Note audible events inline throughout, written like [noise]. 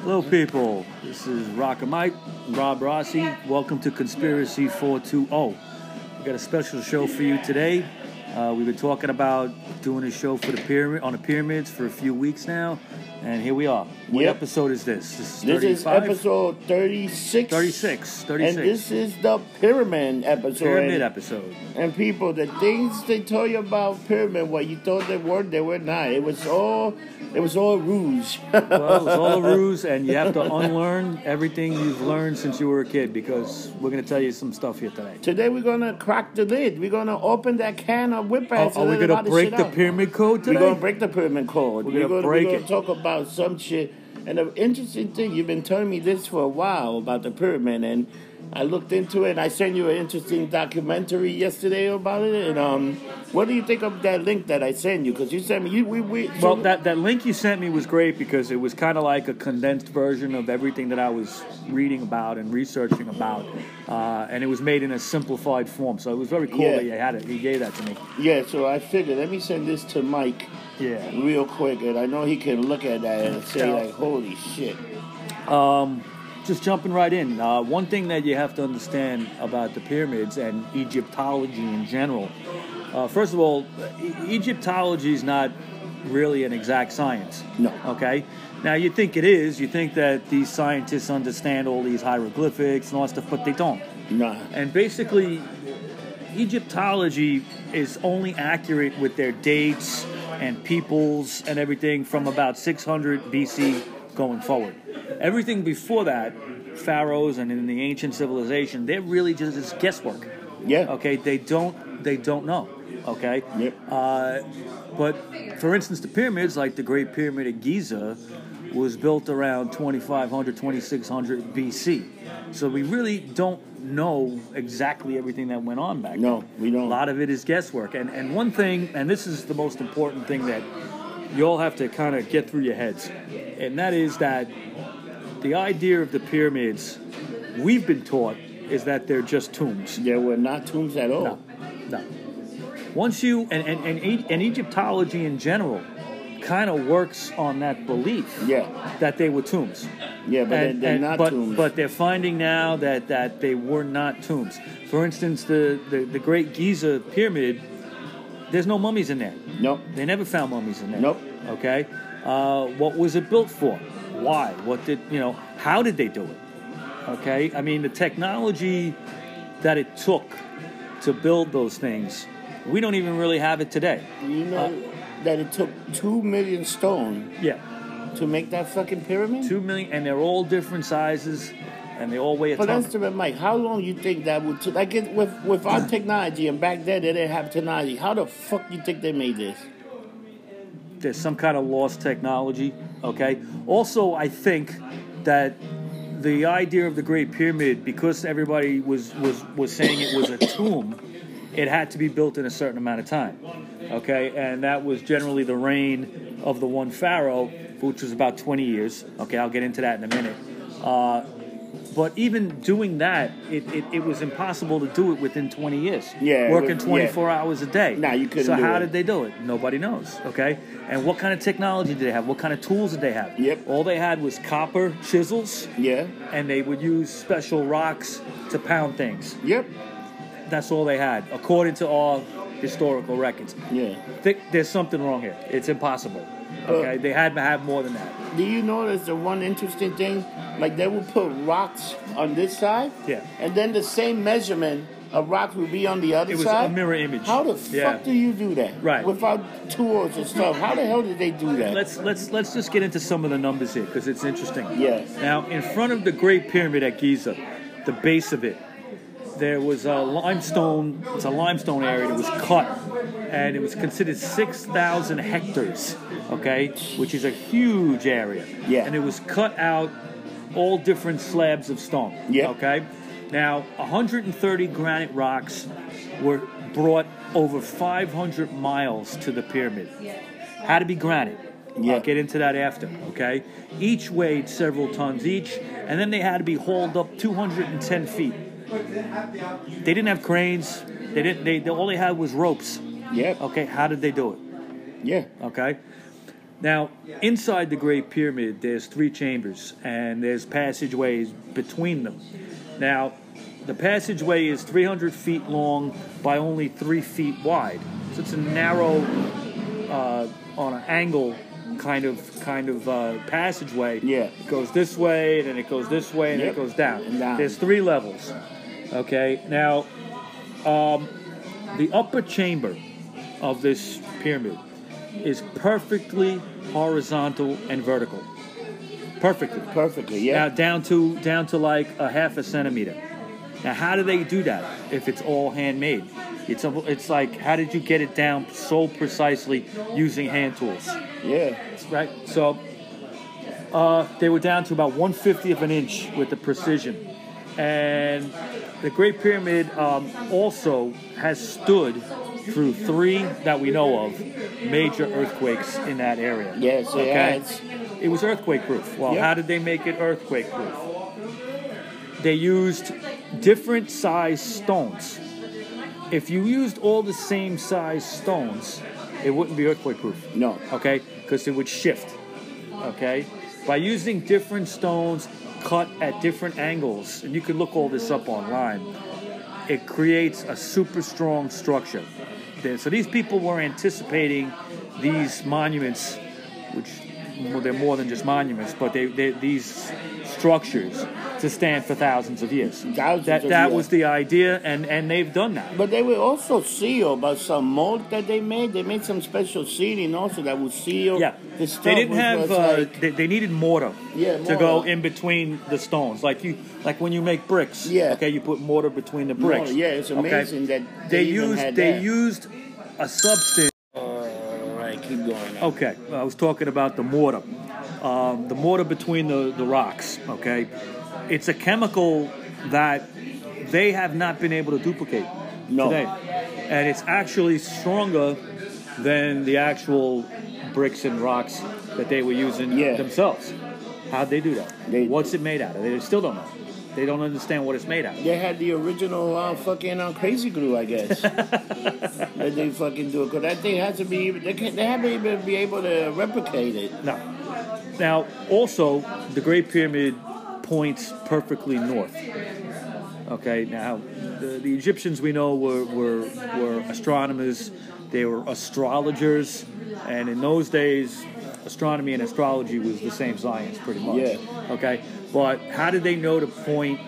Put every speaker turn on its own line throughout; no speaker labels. Hello, people. This is Rock and Mike, Rob Rossi. Welcome to Conspiracy 420. We got a special show for you today. Uh, we've been talking about doing a show for the pyramid on the pyramids for a few weeks now, and here we are. What
Yep.
episode is this? This is
This is
35?
episode 36.
36. 36.
And this is the pyramid episode.
pyramid
and,
episode.
and people, the things they tell you about pyramid, what you thought they were, they were not. It was all, it was all ruse. [laughs]
Well, it's all a ruse, and you have to unlearn everything you've learned since you were a kid because we're going to tell you some stuff here today.
Today we're gonna crack the lid. We're gonna open that can of whip
Are,
ass.
are we
going to
break the
pyramid?
pyramid code
We're
today?
gonna break the pyramid code.
We're gonna
gonna,
break
we're gonna
it.
talk about some shit. And the interesting thing, you've been telling me this for a while about the pyramid, and I looked into it. I sent you an interesting documentary yesterday about it. And um, what do you think of that link that I sent you? Because you sent me, you, we, we
Well, that, that link you sent me was great because it was kind of like a condensed version of everything that I was reading about and researching about, uh, and it was made in a simplified form. So it was very cool
Yeah.
that you had it. You gave that to me.
yeah. So I figured, let me send this to Mike
Yeah.
real quick, and I know he can look at that and say
Yeah.
like, "Holy shit!"
Just jumping right in. Uh, one thing that you have to understand about the pyramids and Egyptology in general. Uh, first of all, e- Egyptology is not really an exact science.
No.
Okay. Now you think it is. You think that these scientists understand all these hieroglyphics and all that stuff, but they don't.
Nah.
And basically, Egyptology is only accurate with their dates and peoples and everything from about 600 BC going forward. Everything before that, pharaohs and in the ancient civilization, they're really just it's guesswork.
Yeah.
Okay, they don't they don't know. Okay.
Yep.
Uh, but for instance, the pyramids, like the Great Pyramid of Giza, was built around 2500, 2600 BC. So we really don't know exactly everything that went on back
No, we
then. A
don't.
lot of it is guesswork. And, and one thing, and this is the most important thing that you all have to kind of get through your heads, and that is that the idea of the pyramids we've been taught is that they're just tombs.
There were not tombs at all.
No, no. Once you and and, and, E- and Egyptology in general kind of works on that belief
Yeah.
that they were tombs.
Yeah,
And-
but they're, they're
and-
not
but,
tombs.
but they're finding now that, that they were not tombs. For instance, the, the, the Great Giza Pyramid, there's no mummies in there.
nope.
They never found mummies in there.
Nope.
Okay. Uh, what was it built for? Why? What did you know? How did they do it? Okay. I mean, the technology that it took to build those things, we don't even really have it today.
You know
Uh,
that it took two million stone
Yeah,
to make that fucking pyramid.
two million, and they're all different sizes, and they all weigh a
but
ton.
that's the Mike. How long you think that would take? I get with with
[clears throat]
our technology, and back then they didn't have technology. How the fuck you think they made this?
There's some kind of lost technology. Okay. Also, I think that the idea of the Great Pyramid, because everybody was was was saying it was a tomb, it had to be built in a certain amount of time. Okay, and that was generally the reign of the one pharaoh, which was about 20 years. Okay, I'll get into that in a minute. Uh, but even doing that, it, it, it was impossible to do it within 20 years.
Yeah, it
working
was- yeah.
24 hours a day.
Nah, you couldn't
So
do
how
it.
did they do it? Nobody knows. Okay, and what kind of technology did they have? What kind of tools did they have?
Yep.
All they had was copper chisels
Yeah.
and they would use special rocks to pound things.
Yep.
That's all they had, according to all historical records.
Yeah.
Think there's something wrong here. It's impossible. Okay, they had to have more than that.
Do you notice the one interesting thing? Like they would put rocks on this side.
Yeah.
And then the same measurement of rocks would be on the other
It was
side.
a mirror image.
How the fuck
Yeah.
do you do that?
Right.
Without tools and stuff. How the hell did they do that?
Let's let's let's just get into some of the numbers here because it's interesting.
Yeah.
Now, in front of the Great Pyramid at Giza, the base of it, there was a limestone. It's a limestone area that was cut, and it was considered six thousand hectares. Okay, which is a huge area.
Yeah.
And it was cut out all different slabs of stone.
Yeah.
Okay. Now, 130 granite rocks were brought over 500 miles to the pyramid. Had to be granite.
Yeah.
I'll get into that after, okay? Each weighed several tons each, and then they had to be hauled up 210 feet. They didn't have cranes. They didn't. They, they all they had was ropes.
Yep.
Okay, how did they do it?
Yeah.
Okay, Now, inside the Great Pyramid, there's three chambers and there's passageways between them. Now, the passageway is 300 feet long by only three feet wide, so it's a narrow, uh, on an angle kind of kind of uh, passageway.
Yeah.
it goes this way, and then it goes this way, and then
Yep.
it goes down.
And down.
There's three levels. Okay, now um, the upper chamber of this pyramid is perfectly horizontal and vertical. Perfectly.
Perfectly,
Now
yeah.
down to down to like a half a centimeter. Now how do they do that if it's all handmade? It's a, it's like how did you get it down so precisely using hand tools?
yeah.
Right. So uh, they were down to about 150th of an inch with the precision. And the Great Pyramid um, also has stood through three that we know of major earthquakes in that area.
Yes, it has.
It was earthquake proof. Well,
Yep.
how did they make it earthquake proof? They used different size stones. If you used all the same size stones, it wouldn't be earthquake proof
No.
okay? Because it would shift, okay? By using different stones cut at different angles, and you can look all this up online, it creates a super strong structure. There- So these people were anticipating these monuments, which well, they're more than just monuments, but they, they these structures to stand for thousands of years.
Thousands
that
of
that
years.
was the idea, and, and they've done that.
But they were also sealed by some mold that they made. They made some special sealing also that would seal
Yeah,
the stone.
they didn't
which
have.
was
Uh,
like-
they, they needed mortar,
Yeah,
to go
mortar.
in between the stones, like you, like when you make bricks.
Yeah.
Okay, you put mortar between the bricks.
Mortar, yeah, it's amazing that they even
used
had
they
that.
used a substance.
All right, keep going.
Okay, I was talking about the mortar, um, the mortar between the the rocks. Okay, it's a chemical that they have not been able to duplicate
No.
today, and it's actually stronger than the actual bricks and rocks that they were using
Yeah.
themselves. How'd they do that?
They-
What's it made out of? They still don't know. They don't understand what it's made out of.
They had the original uh, fucking uh, crazy glue, I guess.
[laughs]
that they fucking do it because that thing has to be. They can't. They haven't even be able to replicate it.
No. Now, also, the Great Pyramid points perfectly north. Okay, now, the, the Egyptians we know were, were, were astronomers, they were astrologers, and in those days, astronomy and astrology was the same science pretty much.
Yeah.
Okay, but how did they know to point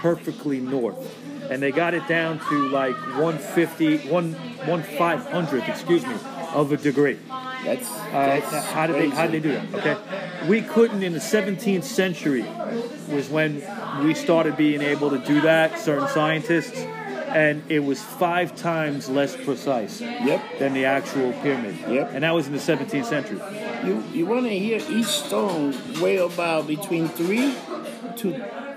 perfectly north? And they got it down to like 150, one, one five hundredth, excuse me, of a degree.
That's,
Uh,
that's
how did they how did they do that? Okay, we couldn't in the 17th century was when we started being able to do that. Certain scientists, and it was five times less precise
Yep.
than the actual pyramid.
Yep.
and that was in the 17th century.
You you want to hear each stone weigh about between three to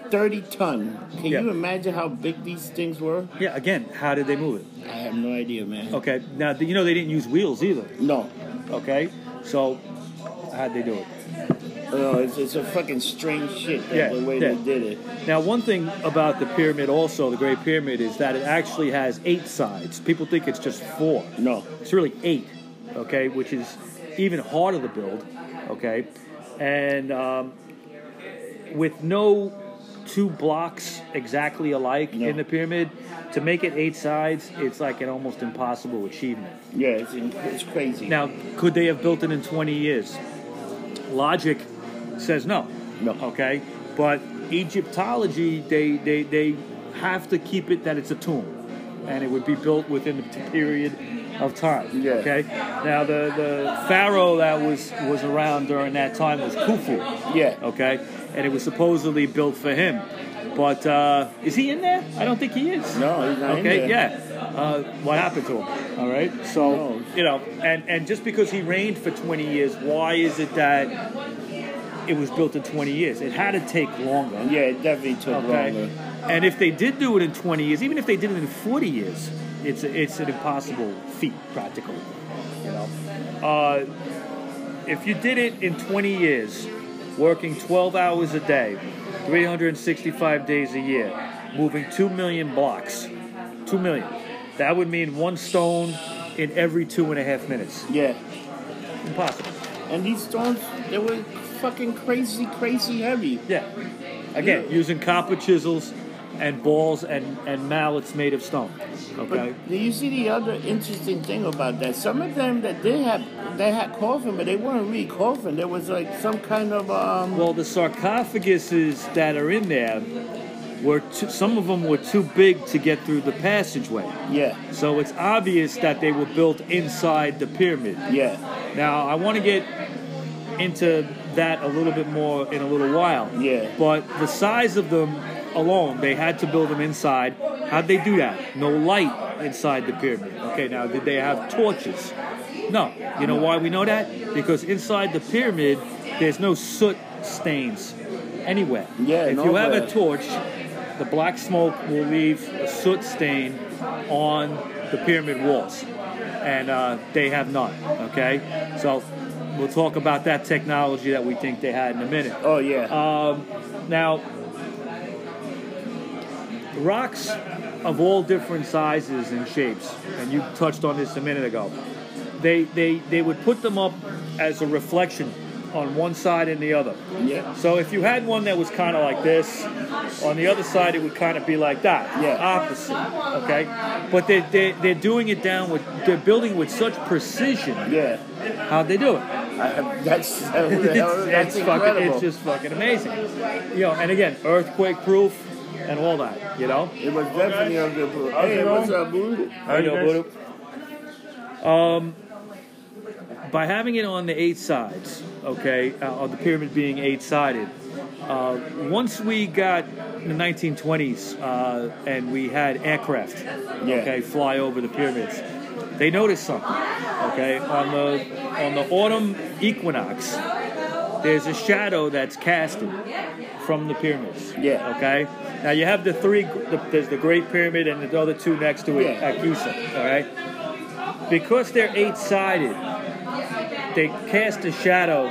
thirty ton. Can
Yeah.
you imagine how big these things were?
Yeah, again, how did they move it?
I have no idea, man.
Okay, now you know they didn't use wheels either.
No,
Okay, so how'd they do it?
no, it's, it's a fucking strange shit. that-
Yeah,
the way
yeah.
they did it.
Now, one thing about the pyramid, also the Great Pyramid, is that it actually has eight sides. People think it's just four.
No.
It's really eight, okay, which is even harder to build, okay, and um, with no two blocks exactly alike
No.
in the pyramid, to make it eight sides, it's like an almost impossible achievement.
Yeah, it's, it's crazy.
Now, could they have built it in 20 years? Logic says no.
No.
Okay, but Egyptology, they they they have to keep it that it's a tomb, and it would be built within the period of time.
Yeah.
Okay. Now, the the pharaoh that was was around during that time was Khufu.
Yeah.
Okay, and it was supposedly built for him. But uh, is he in there? I don't think he is.
No, he's not in
Okay,
there.
yeah. Uh, what happened to him? All right, so
No.
you know, and and just because he reigned for 20 years, why is it that it was built in 20 years? It had to take longer.
Yeah, it definitely took
Okay,
longer.
and if they did do it in 20 years, even if they did it in 40 years, it's a, it's an impossible feat practically. You know, uh, if you did it in 20 years, working 12 hours a day, 365 days a year, moving 2 million blocks, 2 million, that would mean one stone in every two and a half minutes.
Yeah.
Impossible.
And these stones, they were fucking crazy, crazy heavy.
Yeah. Again,
Yeah.
using copper chisels and balls and, and mallets made of stone. Okay.
But do you see the other interesting thing about that? Some of them that did have, they had coffin, but they weren't really coffin. There was like some kind of um.
well, the sarcophaguses that are in there were too, some of them were too big to get through the passageway.
Yeah,
So it's obvious that they were built inside the pyramid.
yeah,
Now, I want to get into that a little bit more in a little while.
Yeah.
But the size of them alone, they had to build them inside. How'd they do that? No light inside the pyramid. Okay, now, did they have torches? No. You know why we know that? Because inside the pyramid, there's no soot stains anywhere.
Yeah,
If you have
nowhere.
a torch, the black smoke will leave a soot stain on the pyramid walls, and uh, they have none. Okay, so we'll talk about that technology that we think they had in a minute.
oh yeah,
Um, Now, rocks of all different sizes and shapes, and you touched on this a minute ago. They they they would put them up as a reflection on one side and the other.
yeah,
So if you had one that was kind of like this, on the other side it would kind of be like that,
Yeah.
opposite, okay. But they they they're doing it down with they're building with such precision.
yeah.
How'd they do it?
I, [laughs] that's
[laughs]
that's,
it's,
that's
it's fucking,
incredible.
it's just fucking amazing. You know, and again, earthquake proof and all that. You know.
it was definitely a good book. Hey,
Okay,
what's up, boo?
I know, Buddha. Um, by having it on the eight sides, okay, uh, on the pyramid being eight sided, uh, once we got in the 1920s uh, and we had aircraft,
Yeah.
okay, fly over the pyramids, they noticed something, okay, on the on the autumn equinox. There's a shadow that's casted from the pyramids.
Yeah.
Okay. Now you have the three. The, there's the Great Pyramid and the other two next to it
Yeah.
at Giza. All right. Because they're eight sided, they cast a shadow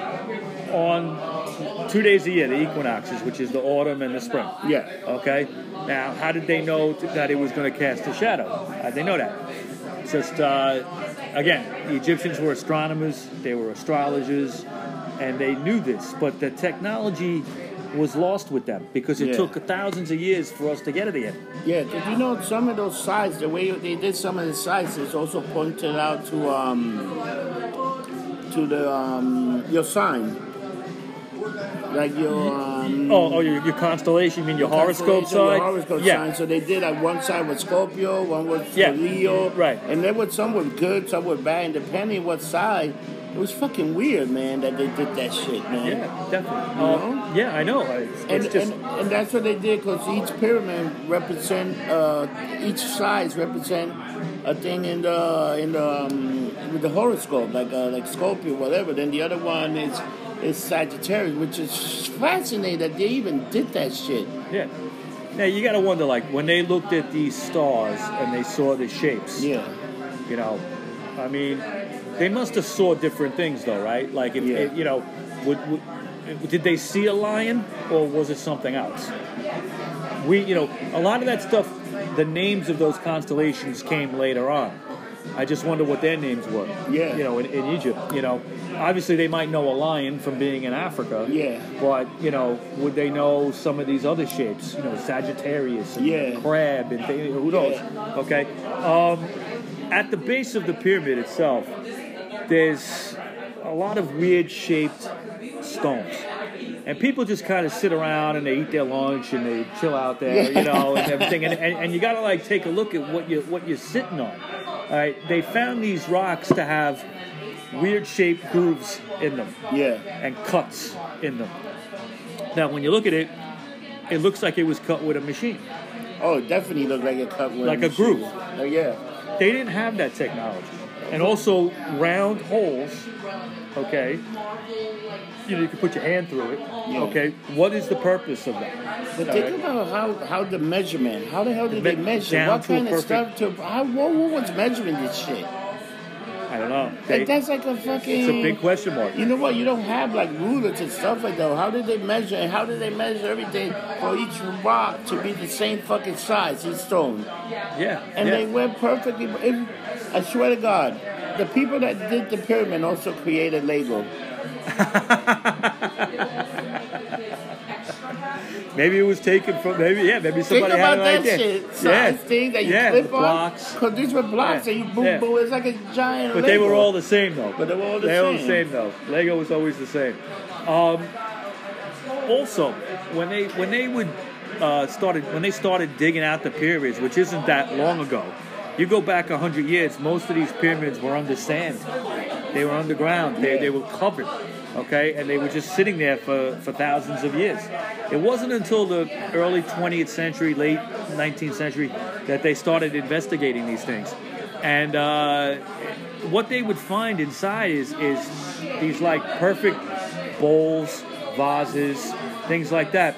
on two days a year, the equinoxes, which is the autumn and the spring.
Yeah,
Okay. Now, how did they know t- that it was going to cast a shadow? How did they know that? It's Just uh, again, the Egyptians were astronomers. They were astrologers, and they knew this. But the technology was lost with them because it
Yeah.
took thousands of years for us to get it again.
yeah. Did you know some of those sides, the way they did some of the sides, is also pointed out to um to the um your sign, like your um.
Oh, oh, your, your constellation, you mean your horoscope
constellation, your
side?
horoscope
yeah.
sign. So they did like one side was Scorpio, one was for
Yeah.
Leo.
Right.
And there was some were good, some were bad, and depending what side, it was fucking weird, man, that they did that shit, man.
Yeah, definitely.
know?
Uh, yeah, I know. It's,
And,
it's just
and, and that's what they did because each pyramid represent uh, each size represent a thing in the in the um, with the horoscope like uh, like Scorpio whatever. Then the other one is is Sagittarius, which is fascinating that they even did that shit.
yeah. Now you got to wonder, like when they looked at these stars and they saw the shapes.
Yeah,
You know, I mean, they must have saw different things, though, right? Like, if,
Yeah.
you know, would, would, did they see a lion or was it something else? We, you know, a lot of that stuff, the names of those constellations came later on. I just wonder what their names were.
Yeah.
You know, in, in Egypt, you know, obviously they might know a lion from being in Africa.
Yeah.
But you know, would they know some of these other shapes? You know, Sagittarius and
Yeah.
crab and things. Who knows? Okay. Um, at the base of the pyramid itself, there's a lot of weird shaped stones. And people just kind of sit around and they eat their lunch and they chill out there, you know, and everything. And, and, and you got to like take a look at what you what you're sitting on. All right, they found these rocks to have weird shaped grooves in them
yeah,
and cuts in them. Now, when you look at it, it looks like it was cut with a machine.
Oh, it definitely looked like a cut one.
Like a groove.
Oh, yeah.
They didn't have that technology. And also, round holes, okay? You know, you can put your hand through it, okay? What is the purpose of that?
But
All
think
right.
about how, how the measurement. How the hell did they
me-
measure?
down
What
to a
kind of stuff
perfect-
to how what, what was measuring this shit?
I don't know. They-
Like that's like a fucking
it's a big question mark.
You know what? You don't have like rulers and stuff like that. How did they measure? And how did they measure everything for each rock to be the same fucking size, each stone?
Yeah.
And
yeah.
they went perfectly. It, I swear to God, the people that did the pyramid also created Lego.
Maybe it was taken from maybe yeah maybe somebody
Think
had
about
it
that
right there.
shit. Size
yeah,
things that you
yeah,
clip
blocks.
on. Because these were blocks
Yeah.
and you boom,
Yeah.
boom. It's like a giant
But they were
Lego.
all the same though.
But they were all the
They're
same.
though. Lego was always the same. Um, also, when they when they would uh, started when they started digging out the pyramids, which isn't that long ago, you go back hundred years. Most of these pyramids were under sand. They were underground. They, they were covered. Okay, and they were just sitting there for, for thousands of years. It wasn't until the early 20th century, late 19th century, that they started investigating these things. And uh, what they would find inside is is these like perfect bowls, vases, things like that,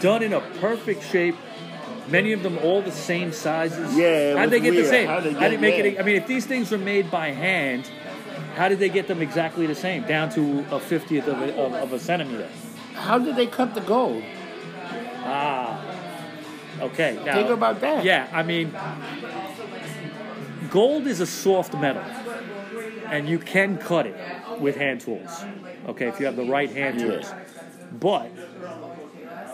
done in a perfect shape. Many of them all the same sizes.
Yeah, it
how'd they
was
get
weird.
the same?
How'd they
How did
get-
make it? e,
yeah.
I mean, if these things are made by hand, how did they get them exactly the same, down to a fiftieth of a, of, of a centimeter?
How did they cut the gold?
Ah, okay. Now,
Think about that.
yeah, I mean, gold is a soft metal, and you can cut it with hand tools. Okay, if you have the right hand
Yeah.
tools. But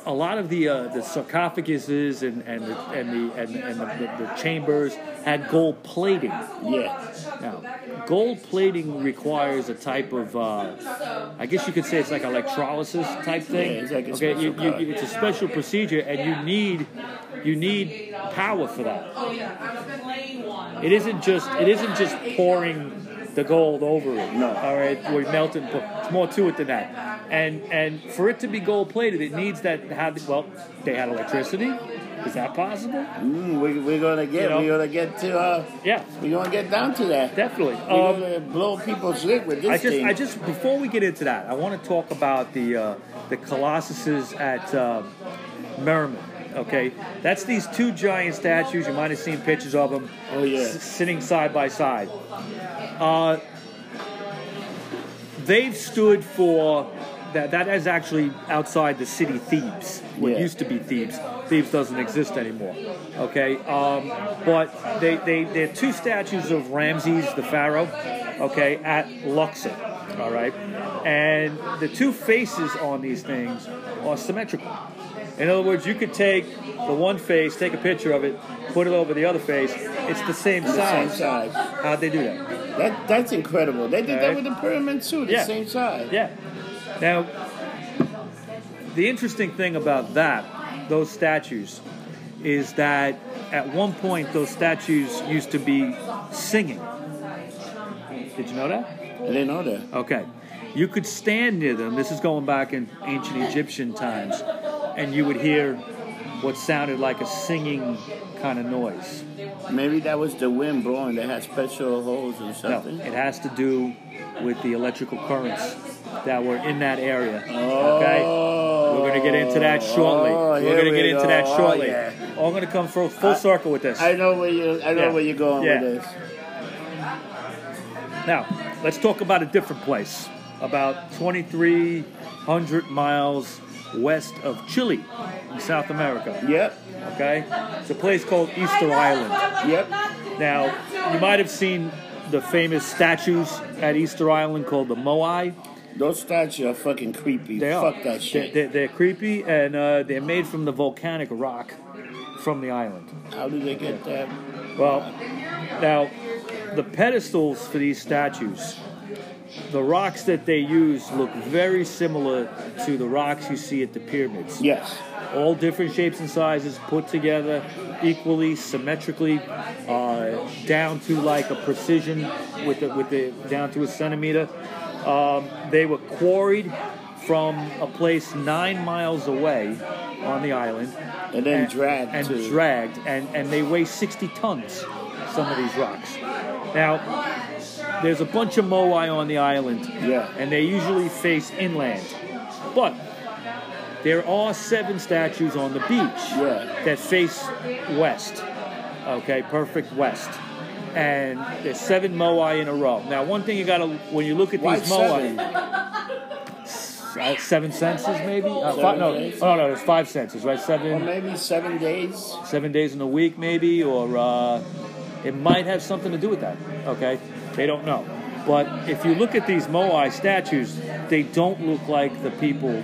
a lot of the uh, the sarcophaguses and and the, and the and, and the, the, the chambers had gold plating.
Yeah.
Now, gold plating requires a type of, uh, I guess you could say it's like electrolysis type thing.
Yeah, it's like a
okay, you,
special
you,
product.
it's a special procedure, and you need you need power for that. It isn't just it isn't just pouring the gold over it.
No.
All right, we melt it. and put- It's more to it than that. And and for it to be gold plated, it needs that. How, well, they had electricity. Is that possible?
Mm, we, we're gonna get.
You know?
We're gonna get to. Uh,
Yeah,
we're gonna get down to that.
definitely.
we're
Um,
gonna blow people's lid with this
I just,
thing.
I just, before we get into that, I want to talk about the uh, the colossuses at uh, Merriman. Okay, that's these two giant statues. You might have seen pictures of them.
Oh, yeah.
sitting side by side. Uh, they've stood for that. That is actually outside the city Thebes. What
Yeah.
used to be Thebes. Thebes doesn't exist anymore. Okay, um, but they they they're two statues of Ramses the pharaoh. Okay, at Luxor. All right, and the two faces on these things are symmetrical. In other words, you could take the one face, take a picture of it, put it over the other face. It's the same
the same
size.
size.
How'd they do that?
That that's incredible. They did
Alright.
that with the pyramid too. The
Yeah.
same size.
Yeah. Now, the interesting thing about that, those statues, is that at one point those statues used to be singing. Did you know that?
I didn't know that.
Okay. You could stand near them. This is going back in ancient Egyptian times, and you would hear what sounded like a singing kind of noise.
Maybe that was the wind blowing. They had special holes and
No,
something.
it has to do with the electrical currents that were in that area.
Oh.
Okay, we're gonna get into that shortly.
Oh,
we're gonna
here
get
we
into
go.
that
Oh,
shortly.
yeah.
All gonna come full, full
I-
circle with this.
I know where you. I know
Yeah.
where you're going
Yeah.
with this.
now, let's talk about a different place, about 2,300 miles west of Chile, in South America.
Yep.
Okay, it's a place called Easter Island.
Yep.
Now, you might have seen the famous statues at Easter Island called the Moai.
Those statues are fucking creepy.
They are.
Fuck that shit.
They're, they're creepy and uh, they're made from the volcanic rock from the island.
How do they get that?
Well, now, the pedestals for these statues, the rocks that they use look very similar to the rocks you see at the pyramids.
Yes.
All different shapes and sizes put together equally, symmetrically, uh, down to like a precision with the, with the down to a centimeter. Um, they were quarried from a place nine miles away on the island
And then drag
and
too.
dragged, and and they weigh 60 tons. Some of these rocks. Now, there's a bunch of moai on the island,
Yeah.
and they usually face inland, but there are seven statues on the beach
Yeah.
that face west. Okay, perfect west. And there's seven moai in a row. Now, one thing you gotta, when you look at
Why
these moai,
seven?
uh, seven senses maybe? Uh,
Seven
five, no,
days?
oh, no, no, there's five senses, right?
Or
Seven,
maybe seven days.
seven days in a week maybe or uh, it might have something to do with that okay they don't know But if you look at these Moai statues, they don't look like the people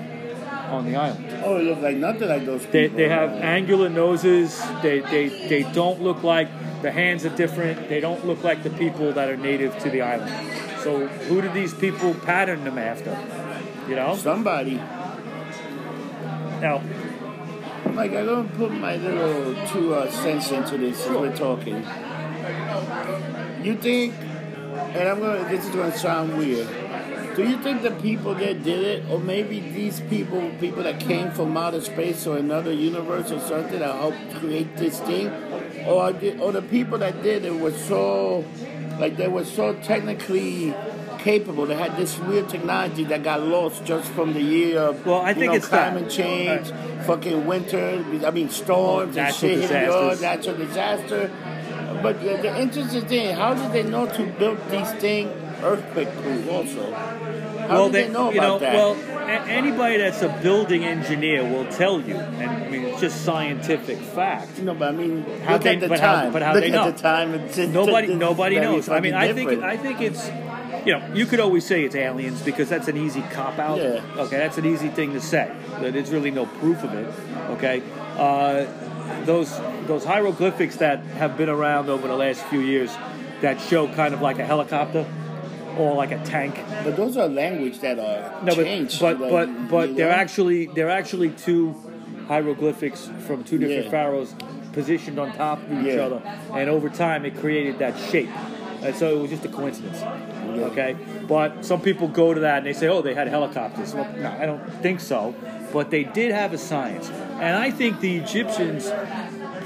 on the island.
Oh, it looks like nothing like those.
They,
people.
they have angular noses. They, they, they don't look like the hands are different. They don't look like the people that are native to the island. So who did these people pattern them after? You know?
somebody.
Now,
Like I don't put my little two uh, cents into this as we're talking. You think, and I'm gonna. This is gonna sound weird. Do you think the people that did it, or maybe these people, people that came from outer space or another universe or something that helped create this thing, or the, or the people that did it were so, like they were so technically capable. They had this weird technology that got lost just from the year. Of,
Well, I
you
think
know,
it's that.
climate change fucking winter, I mean storms and
Natural
shit, hitting the yard,
disasters.
natural disaster. But the, the interesting thing, how did they know to build these things earthquake proof also? How
well,
did they, know about
you know,
that?
Well, a- anybody that's a building engineer will tell you, and I mean it's just scientific fact.
no, but I mean,
How
look
they-
at the
but how-
time.
but how
look
they
at
know?
the time. It's, it's,
Nobody,
it's
nobody
very
knows. I mean,
fucking
I think,
different.
I think it's, you know, you could always say it's aliens because that's an easy cop out.
Yeah.
Okay, that's an easy thing to say. That there's really no proof of it. Okay, uh, those those hieroglyphics that have been around over the last few years that show kind of like a helicopter or like a tank.
but those are language that are
No, but
changed.
but
like,
but, but
you
they're
know?
actually they're actually two hieroglyphics from two different
Yeah.
pharaohs positioned on top of each
Yeah.
other, and over time it created that shape. And so it was just a coincidence. Okay, but some people go to that and they say, "Oh, they had helicopters." Well, no, I don't think so. But they did have a science, and I think the Egyptians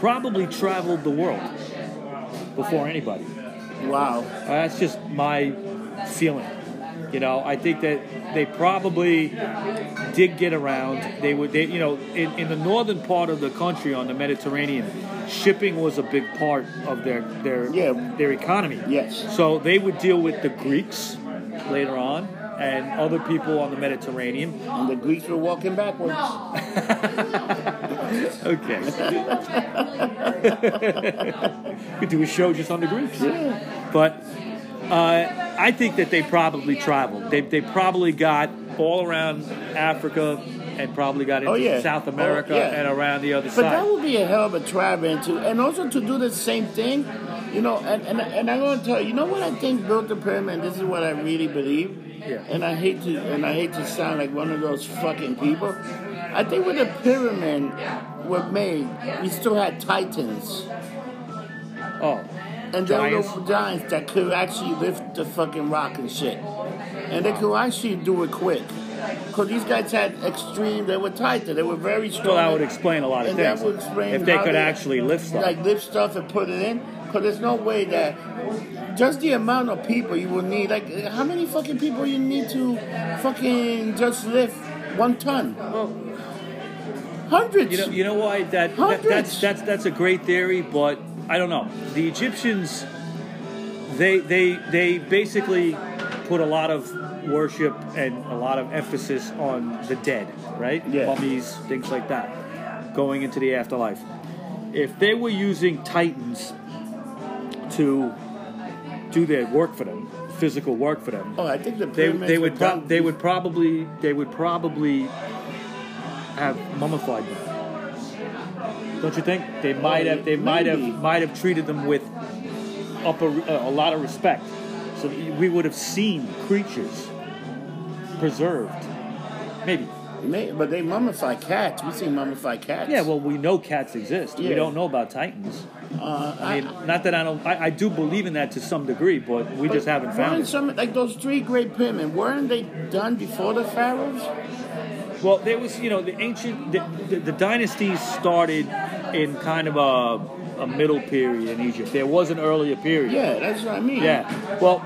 probably traveled the world before anybody.
wow.
Uh, That's just my feeling. You know, I think that they probably did get around. They would, they, you know, in, in the northern part of the country on the Mediterranean, shipping was a big part of their their
Yeah.
their economy.
Yes.
So they would deal with the Greeks later on and other people on the Mediterranean.
And the Greeks were walking backwards.
Okay.
[laughs]
Could do a show just on the Greeks. But uh, I think that they probably traveled. They, they probably got all around Africa and probably got into
Oh, yeah.
South
Oh,
America
yeah.
and around the other
But
side.
that would be a hell of a tribe into, and also to do the same thing, you know. And and, and I'm gonna tell you, you know what I think built the pyramid. This is what I really believe.
Yeah.
And I hate to, and I hate to sound like one of those fucking people. I think when the pyramid were made, we still had titans
oh,
and there
Giants.
were giants that could actually lift the fucking rock and shit, and they could actually do it quick. Cause these guys had extreme. They were titan. They were very strong.
well, that would explain a lot of
And that
things.
would explain
if they
how
could
they-
actually lift stuff.
like lift stuff and put it in because there's no way that just the amount of people you will need like how many fucking people you need to fucking just lift one ton
Well-
hundreds
You know, you know why that, that that's
Hundreds.
that's that's a great theory, but I don't know. The Egyptians, they they they basically put a lot of worship and a lot of emphasis on the dead, right?
Yeah.
Mummies, things like that, going into the afterlife. If they were using titans to do their work for them, physical work for them,
oh i think the
they,
pyramids
they would
were
prob
done-
they would probably they would probably have mummified them. Don't you think they might have they might have
maybe.
might have treated them with upper uh, a lot of respect. So we would have seen creatures preserved. Maybe.
May- but they mummify cats we see mummified cats
Yeah, well we know cats exist. We
Yeah.
don't know about titans.
uh,
I mean, not that I don't I, I do believe in that to some degree, but we just haven't found
weren't
it.
some like those three great pyramids weren't they done before the pharaohs
Well, there was, you know, the ancient, the, the, the dynasties started in kind of a, a middle period in Egypt. There was an earlier period.
yeah that's what i mean
Yeah. Well,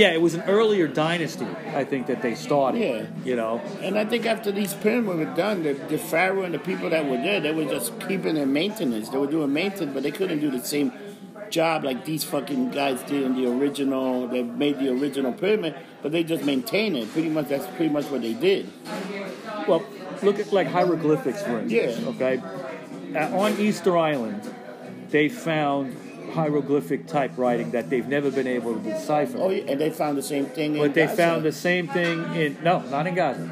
yeah, it was an earlier dynasty, I think, that they started.
Yeah.
You know?
And I think after these pyramids were done, the, the pharaoh and the people that were there, they were just keeping their maintenance. They were doing maintenance, but they couldn't do the same job like these fucking guys did in the original. They made the original pyramid, but they just maintained it. Pretty much, that's pretty much what they did.
Well, look at like hieroglyphics, for instance.
Yeah.
Okay. Uh, on Easter Island, they found hieroglyphic typewriting that they've never been able to decipher.
Oh, yeah, and they found the same thing. in
But they
Gaza.
found the same thing in no, not in Gaza,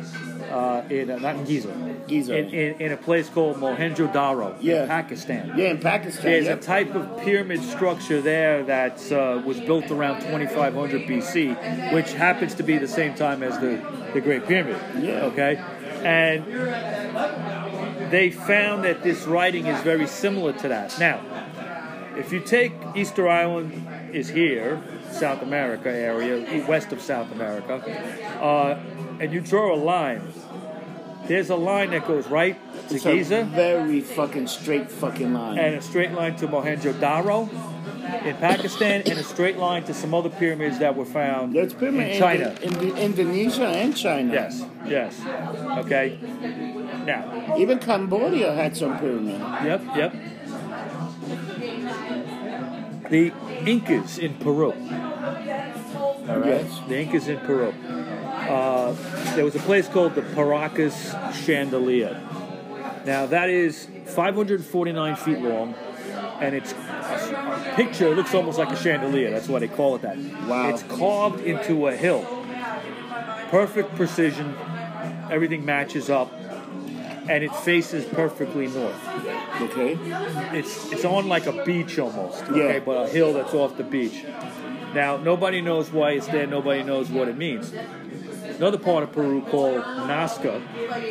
uh, in uh, not in Giza,
Giza.
in, in, in a place called Mohenjo-Daro,
Yeah.
in Pakistan.
Yeah, in Pakistan.
There's
yep.
a type of pyramid structure there that uh, was built around 2500 BC, which happens to be the same time as the, the Great Pyramid.
Yeah.
Okay? And they found that this writing is very similar to that. Now, if you take Easter Island is here, South America area, west of South America, uh, and you draw a line, there's a line that goes right to
It's a
Giza
very fucking straight fucking line.
and a straight line to Mohenjo-Daro in Pakistan, and a straight line to some other pyramids that were found
There's pyramid
in China.
in, in Indonesia and China.
yes, yes. Okay. Now,
Even Cambodia had some pyramid.
yep, yep. The Incas in Peru. All right.
Yes.
The Incas in Peru. Uh, there was a place called the Paracas Chandelier. Now that is 549 feet long, and it's a picture. It looks almost like a chandelier. That's why they call it that.
Wow.
It's carved into a hill. Perfect precision. Everything matches up, and it faces perfectly north.
Okay.
It's it's on like a beach almost,
Yeah.
okay, but a hill that's off the beach. Now nobody knows why it's there. Nobody knows what it means. Another part of Peru called Nazca.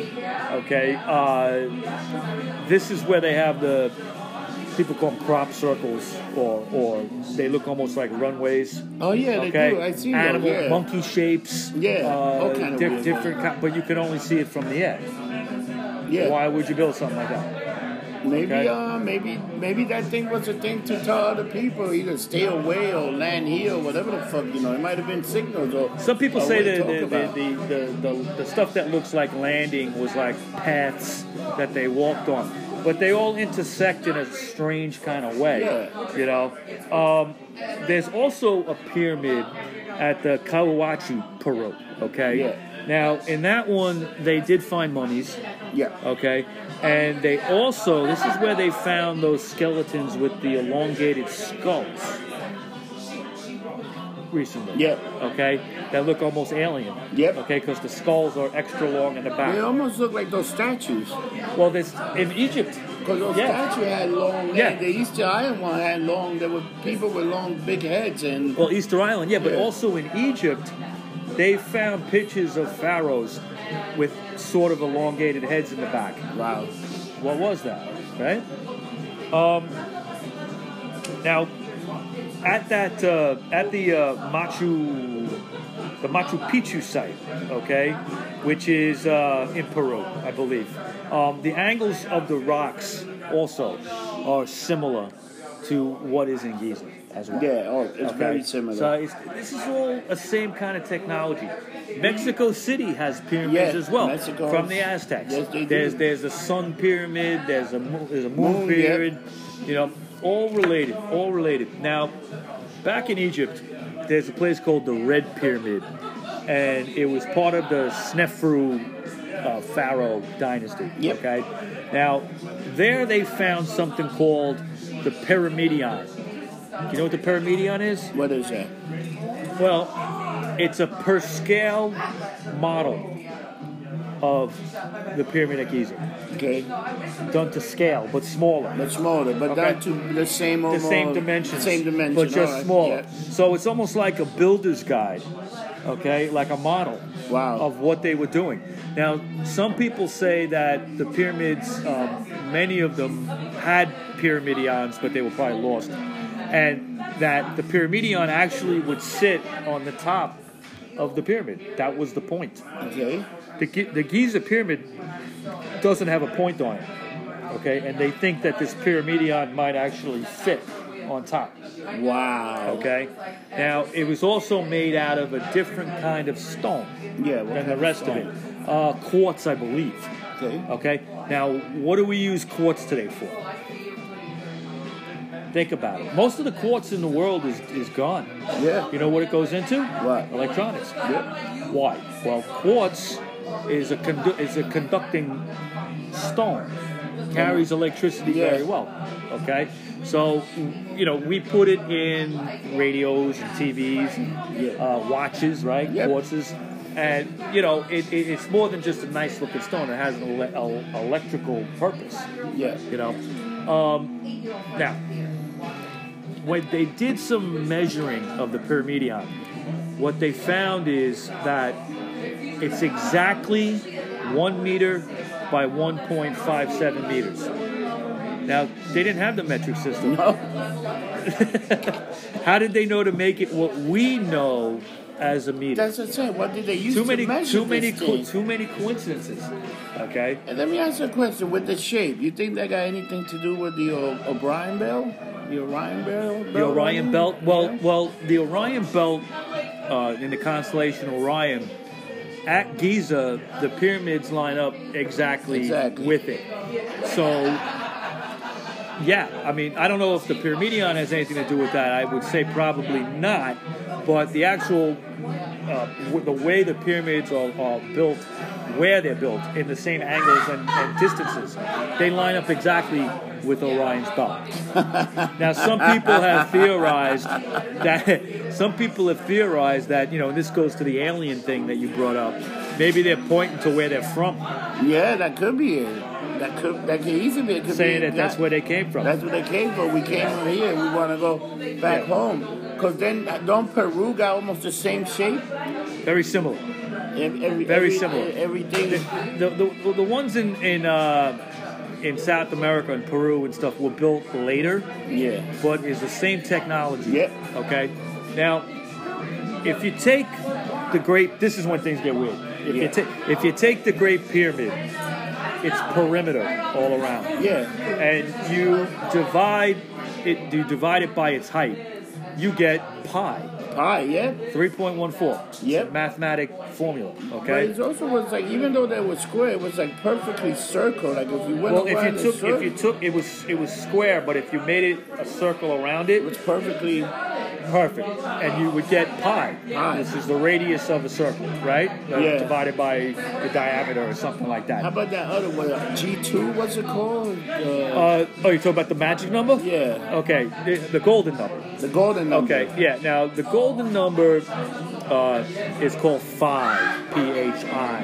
Okay, uh, this is where they have the people call them crop circles, or or they look almost like runways.
Oh yeah, they
Okay,
do. I see
animal
them. Yeah.
monkey shapes.
Yeah, all
uh,
kind of
di-
weird
different, ki- but you can only see it from the air.
yeah.
Why would you build something like that?
Maybe
Okay.
uh maybe maybe that thing was a thing to tell other people either stay away or land here or whatever the fuck, you know. It might have been signals or
Some people
or
say
what to
that
Oh, talk
the
about.
the, the, the, the, the stuff that looks like landing was like paths that they walked on, but they all intersect in a strange kind of way.
Yeah.
You know, um, there's also a pyramid at the Kawachi Peru. Okay.
Yeah.
Now in that one they did find mummies.
Yeah.
Okay. And they also this is where they found those skeletons with the elongated skulls. Recently.
Yeah.
Okay, that look almost alien.
Yep.
Okay, because the skulls are extra long in the back.
They almost look like those statues.
Well, this in Egypt.
Because those
Yeah.
statues had long legs.
Yeah.
The Easter Island one had long, there were people with long, big heads. And
Well, Easter Island, yeah, but
Yeah.
also in Egypt, they found pictures of pharaohs with sort of elongated heads in the back.
wow.
What was that? Right. Um. Now, at that uh, at the uh, Machu the Machu Picchu site, okay, which is uh, in Peru, I believe. Um, the angles of the rocks also are similar to what is in Giza as well.
Yeah, oh, it's very similar.
So it's, this is all the same kind of technology. Mexico City has pyramids
Yeah,
as well
Mexico-
from the Aztecs.
Yes, they do.
there's there's a sun pyramid. There's a moon, there's a moon,
Moon, yeah.
pyramid. You know, all related, all related. Now, back in Egypt, there's a place called the Red Pyramid, and it was part of the Sneferu uh, pharaoh dynasty.
Yep.
Okay, now there they found something called the Pyramidion. You know what the Pyramidion is?
What is that?
Well, it's a per scale model of the pyramid at Giza,
Okay.
done to scale but smaller.
But smaller, but
Okay.
down to the same
the
overall,
same dimensions,
Same dimension.
but just
alright,
smaller.
yeah.
So it's almost like a builder's guide, okay, like a model
Wow.
of what they were doing. Now, some people say that the pyramids, um, many of them had pyramidions, but they were probably lost, and that the pyramidion actually would sit on the top of the pyramid. That was the point.
Okay.
The, Gi- the Giza pyramid doesn't have a point on it, okay? And they think that this pyramidion might actually fit on top,
Wow.
okay? Now, it was also made out of a different kind of stone
Yeah. What
than
kind
the rest of it. Uh, quartz, I believe,
Okay.
Mm-hmm. okay? Um, Now, what do we use quartz today for? Think about it. Most of the quartz in the world is, is gone.
Yeah.
You know what it goes into?
What?
Electronics.
Yeah.
Why? Well, quartz is a condu- is a conducting stone. carries
Mm-hmm.
electricity
Yeah.
very well. Okay, so you know we put it in radios and TVs, and,
Yeah.
uh, watches, right,
Yep.
watches, and you know it, it, it's more than just a nice looking stone. It has an ele- el- electrical purpose.
Yeah.
You know, um, now when they did some measuring of the pyramidion, what they found is that it's exactly one meter by 1.57 meters. Now they didn't have the metric system. [laughs] How did they know to make it what we know as a meter?
That's what I said. What did they use
too
to
many,
measure
too many,
this
co-
thing?
too many coincidences. Okay.
And let me ask you a question with the shape. You think that got anything to do with the o- O'Brien Bell? The Orion Bell?
The Orion Belt. Well,
Yeah.
well, the Orion Belt uh, in the constellation Orion at Giza, the pyramids line up exactly,
Exactly.
with it. So, yeah, I mean, I don't know if the pyramidion has anything to do with that. I would say probably not, but the actual uh, w- the way the pyramids are, are built, where they're built, in the same angles and, and distances, they line up exactly with Orion's belt. Now, some people have theorized that some people have theorized that you know, and this goes to the alien thing that you brought up. Maybe they're pointing to where they're from,
Yeah, that could be it. That could that could easily be it. Could
saying
be
that that's where they came from.
That's where they came from. We came from here. We want to go back
Yeah.
home. Because then, uh, don't Peru got almost the same shape?
Very similar.
Ev- every-
Very
every-
similar.
Everything.
The, the, the, the ones in in uh, in South America and Peru and stuff were built later,
yeah.
but is the same technology.
Yep.
Okay. Now, if you take the great, this is when things get weird. If you
Yeah.
take if you take the Great Pyramid, its perimeter all around.
Yeah.
and you divide it you divide it by its height you get pi
Pie, yeah.
3.14 It's a
Yep.
mathematic formula
But
okay
it also was like, even though they were square, it was like perfectly circle. Like if you went
well if
around
you
the
took
circle,
if you took it was it was square but if you made it a circle around
it
it
was perfectly.
perfect and you would get pi
Pi.
this is the radius of a circle right Uh,
Yeah.
divided by the diameter or something like
How
that
about that other one? Uh, G two? What's it called? Uh,
uh, oh you're talking about the magic number
yeah,
okay the, the golden number
the golden number.
Okay, yeah. Now the golden number uh, is called five, P H I,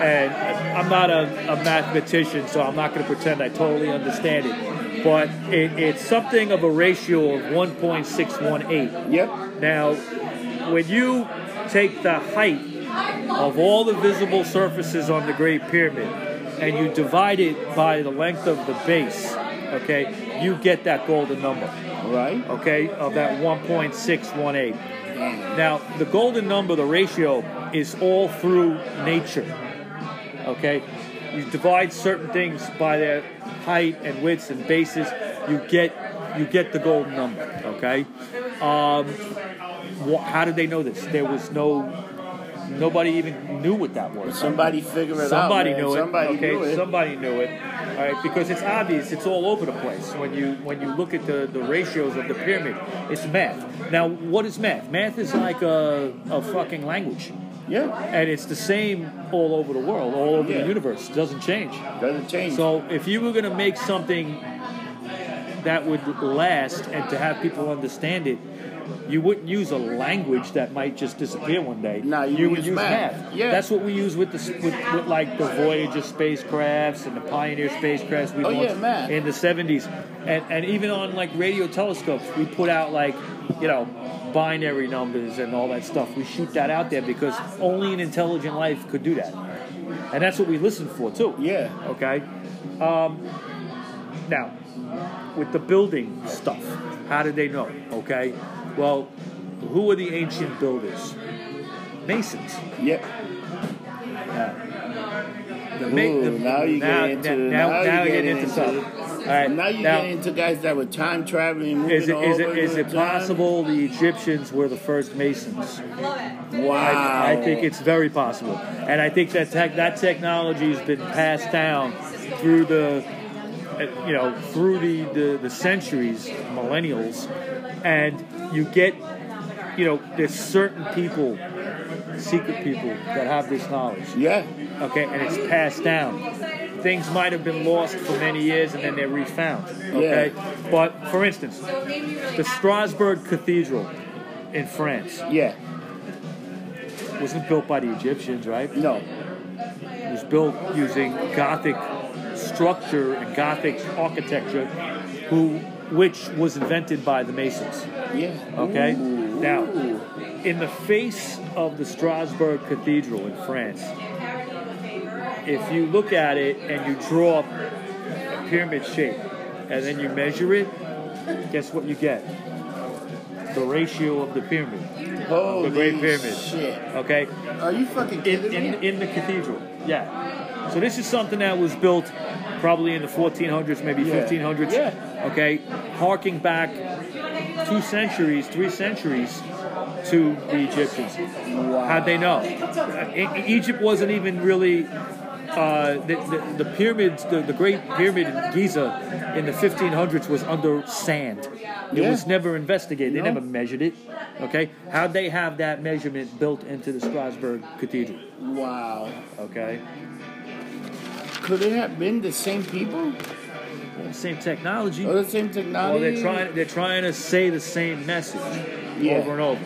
and I'm not a, a mathematician, so I'm not going to pretend I totally understand it. But it, it's something of a ratio of 1.618.
Yep.
Now, when you take the height of all the visible surfaces on the Great Pyramid and you divide it by the length of the base, okay, you get that golden number
Right.
okay, of that 1.618. Now, the golden number, the ratio, is all through nature, okay? You divide certain things by their height and widths and bases, you get you get the golden number, okay? Um, wh- how did they know this? There was no nobody even knew what that was.
Somebody figure it
Somebody
out. man.
knew it.
Somebody
okay,
knew it.
somebody knew it. All right, because it's obvious. It's all over the place when you when you look at the, the ratios of the pyramid. It's math. Now, what is math? Math is like a, a fucking language,
yeah.
and it's the same all over the world, all over
Yeah.
the universe. It doesn't change.
Doesn't change.
So, if you were going to make something that would last and to have people understand it. You wouldn't use a language that might just disappear one day.
No, you
would
use
use
math. Yeah.
That's what we use with the s- with, with like the Voyager spacecrafts and the Pioneer spacecrafts we
Oh, yeah,
launched
math.
in the 70s, and and even on like radio telescopes, we put out like you know binary numbers and all that stuff. We shoot that out there because only an intelligent life could do that, and that's what we listen for too.
Yeah.
Okay. Um, now, with the building stuff, how did they know? Okay. Well, who are the ancient builders? Masons.
Yep.
The ma-
Ooh,
the-
now you get into-
now,
now you
now you're
get
getting into
into-
stuff. All right.
Now you get into guys that were time traveling, moving
is it
all
is
over
it is
the
it
time.
possible the Egyptians were the first Masons?
Wow.
I,
Oh.
I think it's very possible, and I think that tech, that technology has been passed down through the, uh, you know, through the, the, the centuries, millennials, and you get, you know, there's certain people, secret people that have this knowledge,
Yeah.
okay, and it's passed down. things might have been lost for many years and then they're refound. Okay, but for instance, the Strasbourg Cathedral in France
Yeah.
wasn't built by the Egyptians, right?
No.
It was built using Gothic structure and Gothic architecture, who which was invented by the Masons.
Yeah.
Okay?
Ooh.
Now, in the face of the Strasbourg Cathedral in France, if you look at it and you draw a pyramid shape and then you measure it, guess what you get? The ratio of the pyramid.
Holy
Great Pyramid.
Shit.
Okay?
Are you fucking
In,
kidding
in,
me?
in the cathedral. Yeah. So this is something that was built probably in the 1400s, maybe
Yeah.
1500s.
Yeah.
Okay. Harking back two centuries, three centuries to the Egyptians. How'd they know? E- Egypt wasn't even really. Uh, the, the, the pyramids, the, the Great Pyramid in Giza in the 1500s was under sand. It
Yeah.
was never investigated. They
No.
never measured it. Okay? How'd they have that measurement built into the Strasbourg Cathedral?
wow.
Okay?
Could it have been the same people
Same technology.
or
Well,
the same technology?
they're trying they're trying to say the same message
Yeah.
over and over.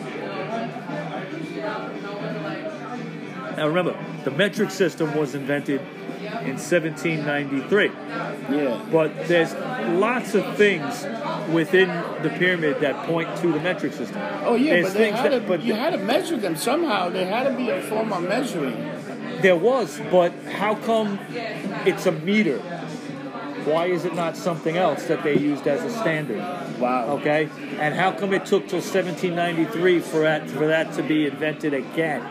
Now remember, the metric system was invented in 1793.
Yeah.
But there's lots of things within the pyramid that point to the metric system.
Oh yeah,
There's
but they
things
had
that-
to.
but
you had to measure them somehow. There had to be a form of measuring.
There was, but how come it's a meter? Why is it not something else that they used as a standard?
Wow.
Okay, and how come it took till 1793 for that for that to be invented again?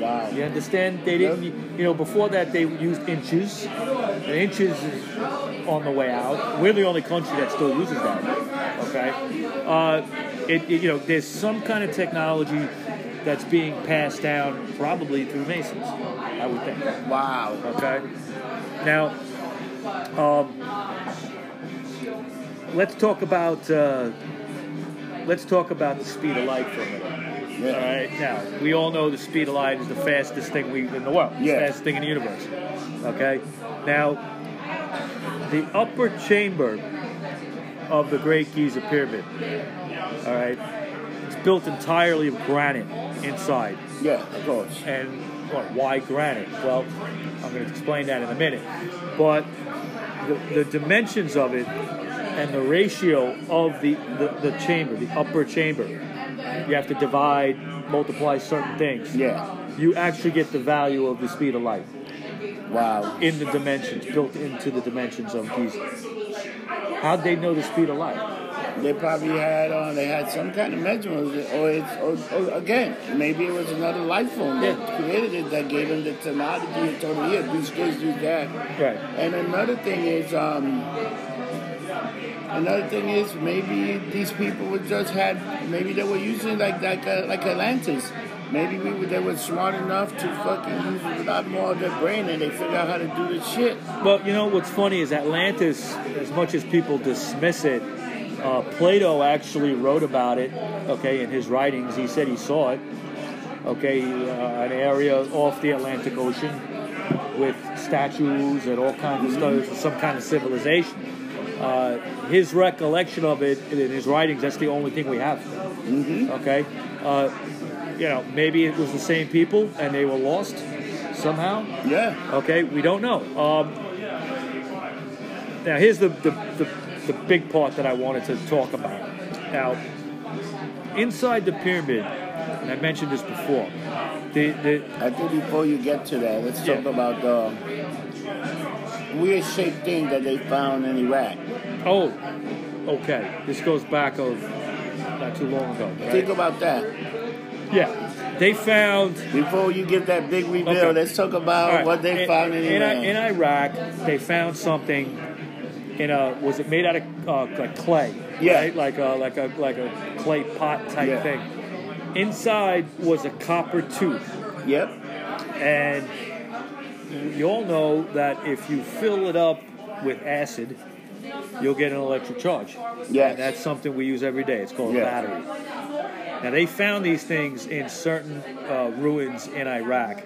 Wow.
You understand? They didn't, you know, before that they used inches. And inches is on the way out. We're the only country that still uses that. Okay, uh, it, it- you know, there's some kind of technology that's being passed down probably through masons, I would think.
Wow.
Okay. Now, um, let's talk about uh, let's talk about the speed of light for a minute. All
Yeah.
right. Now, we all know the speed of light is the fastest thing we in the world. It's the
Yeah.
Fastest thing in the universe. Okay. Now, the upper chamber of the Great Giza Pyramid. All right. It's built entirely of granite inside
Yeah. Of course.
and well, why granite? Well, I'm going to explain that in a minute. But the, the dimensions of it and the ratio of the, the, the chamber, the upper chamber, you have to divide, multiply certain things.
Yeah.
You actually get the value of the speed of light
Wow.
in the dimensions, built into the dimensions of Giza. How'd they know the speed of light?
They probably had on. they had some kind of measurements, or it's or, or again maybe it was another life form that
Yeah.
created it that gave them the technology and told them, yeah, do this, do that.
Right.
And another thing is, um, another thing is maybe these people were just had maybe they were using like like uh, like Atlantis. Maybe we were, they were smart enough to fucking use a lot more of their brain and they figured out how to do this shit.
Well, you know what's funny is Atlantis, as much as people dismiss it, uh, Plato actually wrote about it. Okay, in his writings, he said he saw it. Okay, uh, an area off the Atlantic Ocean with statues and all kinds of stuff, some kind of civilization. Uh, his recollection of it in his writings, that's the only thing we have. Okay, uh, you know, maybe it was the same people and they were lost somehow.
Yeah,
Okay, we don't know. Um, now, here's the, the, the, the big part that I wanted to talk about. Now, inside the pyramid, and I mentioned this before, the, the,
I think before you get to that, let's talk
Yeah.
about the weird shaped thing that they found in Iraq.
oh, okay, this goes back of not too long ago.
Think
Right?
about that
Yeah, they found
before you get that big reveal.
Okay.
Let's talk about
All right.
what they
in,
found in, uh,
in,
Iraq.
in Iraq. They found something in a was it made out of uh, like clay?
Yeah.
right? like a like a like a clay pot type
Yeah.
thing. Inside was a copper tooth,
yep.
and you all know that if you fill it up with acid, you'll get an electric charge.
Yes.
And that's something we use every day. It's called
Yeah.
a battery. Now, they found these things in certain uh, ruins in Iraq,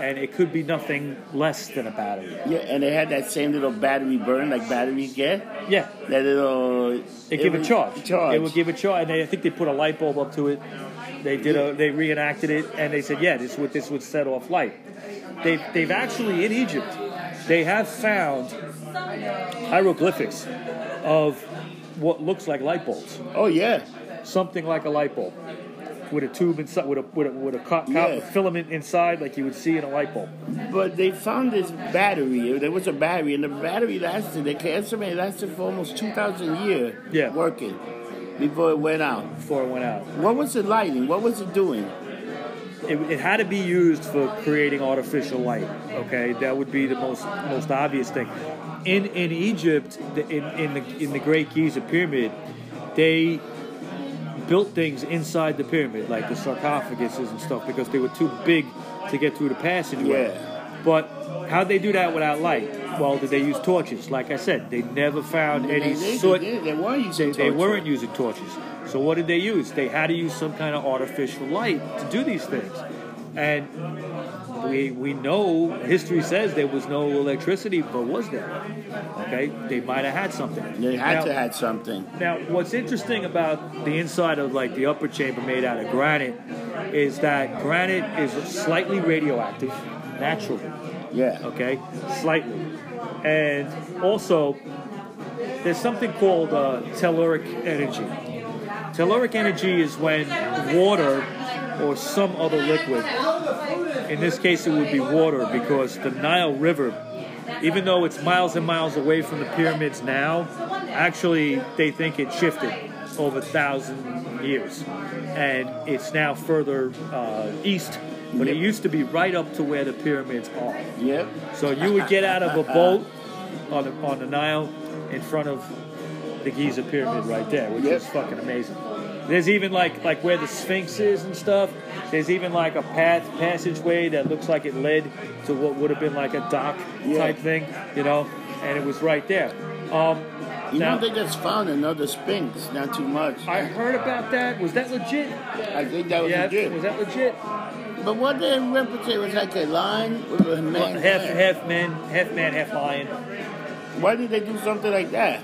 and it could be nothing less than a battery.
Yeah, and they had that same little battery burn, like batteries get.
Yeah,
That little.
it, give a
would
charge.
Charge.
It would give a charge, and they, I think they put a light bulb up to it. They did a, they reenacted it, and they said, yeah, this would this would set off light. They they've actually in Egypt, they have found hieroglyphics of what looks like light bulbs,
oh yeah,
something like a light bulb, with a tube inside, with a with a, with a co- co-
Yeah.
filament inside, like you would see in a light bulb.
but they found this battery. There was a battery, and the battery lasted. They can estimate it lasted for almost two thousand years.
Yeah.
Working before it went out.
Before it went out,
What was it lighting? What was it doing?
it, it had to be used for creating artificial light. Okay, that would be the most most obvious thing. In in Egypt, the, in in the in the Great Giza pyramid, they built things inside the pyramid, like the sarcophaguses and stuff, because they were too big to get through the passageway.
Yeah.
But how'd they do that without light? Well, did they use torches? Like I said, they never found any
they,
sort.
They, they were using
They, they
torches.
weren't using torches. So what did they use? They had to use some kind of artificial light to do these things. And we we know history says there was no electricity, but was there? Okay, they might have had something.
They had
now,
to had something.
Now, what's interesting about the inside of like the upper chamber made out of granite is that granite is slightly radioactive naturally
Yeah.
okay, slightly. And also, there's something called uh, telluric energy. Telluric energy is when water or some other liquid, in this case it would be water because the Nile River, even though it's miles and miles away from the pyramids now, actually they think it shifted over a thousand years. And it's now further uh, east, but it used to be right up to where the pyramids are.
Yep.
So you would get out of a boat on the, on the Nile in front of the Giza pyramid right there, which
Yep.
is fucking amazing. There's even like like where the Sphinx is and stuff. There's even like a path passageway that looks like it led to what would have been like a dock
Yeah.
type thing, you know, and it was right there. Um,
[laughs] You
now,
know they just found another Sphinx, not too much.
I heard about that. Was that legit?
I think that was
yeah,
legit.
was that legit?
But what they represent was like a lion with a man.
Half
head.
half man, half man, half lion.
Why did they do something like that?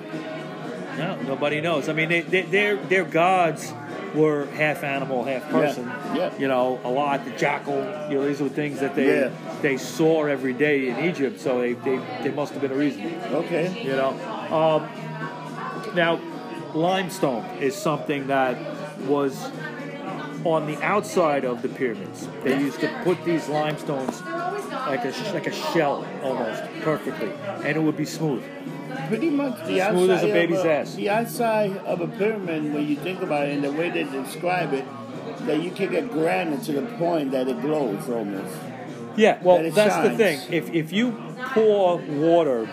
No, nobody knows. I mean, they, they, their their gods were half animal, half person.
yeah.
You know, a lot the jackal. You know, these were things that they
Yeah.
they saw every day in Egypt. So they, they there must have been a reason.
Okay.
You know, um, now limestone is something that was on the outside of the pyramids. They used to put these limestones like a sh- like a shell almost perfectly, and it would be smooth.
Pretty much the
Smooth
outside
as a baby's
of
ass.
The outside of a pyramid, when you think about it, and the way they describe it, that you can get granite to the point that it glows almost.
Yeah, well,
That it
that's the
shines.
thing. If if you pour water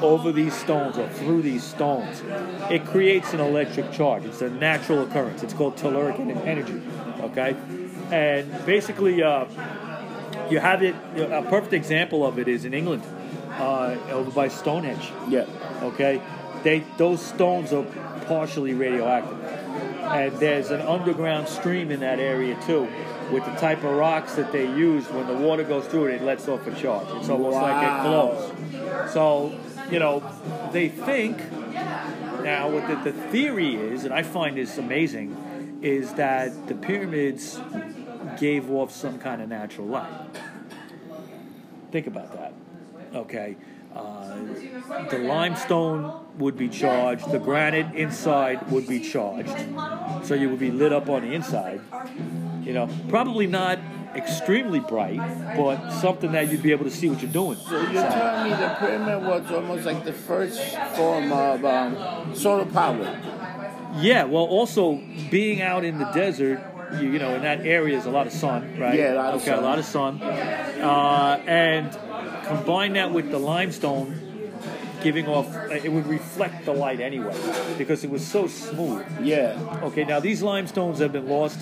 over these stones or through these stones, it creates an electric charge. It's a natural occurrence. It's called telluric en- energy. Okay, and basically, uh, you have it. A perfect example of it is in England, uh, over by Stonehenge
Yeah.
okay they those stones are partially radioactive and there's an underground stream in that area too with the type of rocks that they use when the water goes through it it lets off a charge it's almost like it
Wow.
glows so you know they think now what the, the theory is and i find this amazing is that the pyramids gave off some kind of natural light Think about that. Okay. Uh, the limestone would be charged, the granite inside would be charged. So you would be lit up on the inside. You know, probably not extremely bright, but something that you'd be able to see what you're doing.
So you're telling me the pyramid was almost like the first form of um, solar power.
Yeah, well, also being out in the desert, you, you know, in that area is a lot of sun, right?
Yeah, a lot of
okay,
sun.
a lot of sun. Uh, and combine that with the limestone giving off, it would reflect the light anyway because it was so smooth.
Yeah.
Okay, now these limestones have been lost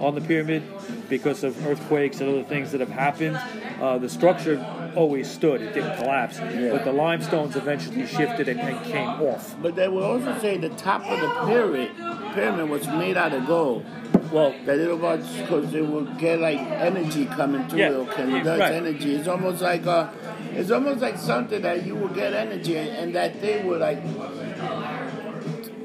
on the pyramid because of earthquakes and other things that have happened. Uh, the structure always stood; it didn't collapse. But the limestones eventually shifted and, and came off.
But they will also say the top of the pyramid pyramid was made out of gold.
Well,
That little box because it will get like energy coming through
Yeah,
it, or
yeah,
conduct
right.
energy. It's almost like uh, it's almost like something that you will get energy and, and that they will like,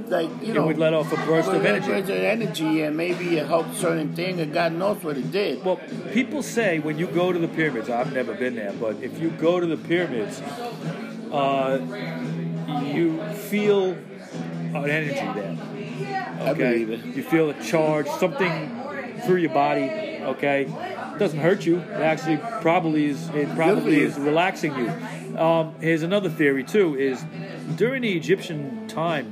like you
it
know,
would let off a burst
will
of
let
energy.
burst of energy and maybe it helped certain thing and God knows what it did.
Well, people say when you go to the pyramids, I've never been there, but if you go to the pyramids, uh, you feel an energy there. Okay?
I believe it.
You feel a charge, something through your body. Okay, doesn't hurt you. It actually probably is. It probably
you.
is relaxing you. Um, here's another theory too: is during the Egyptian time,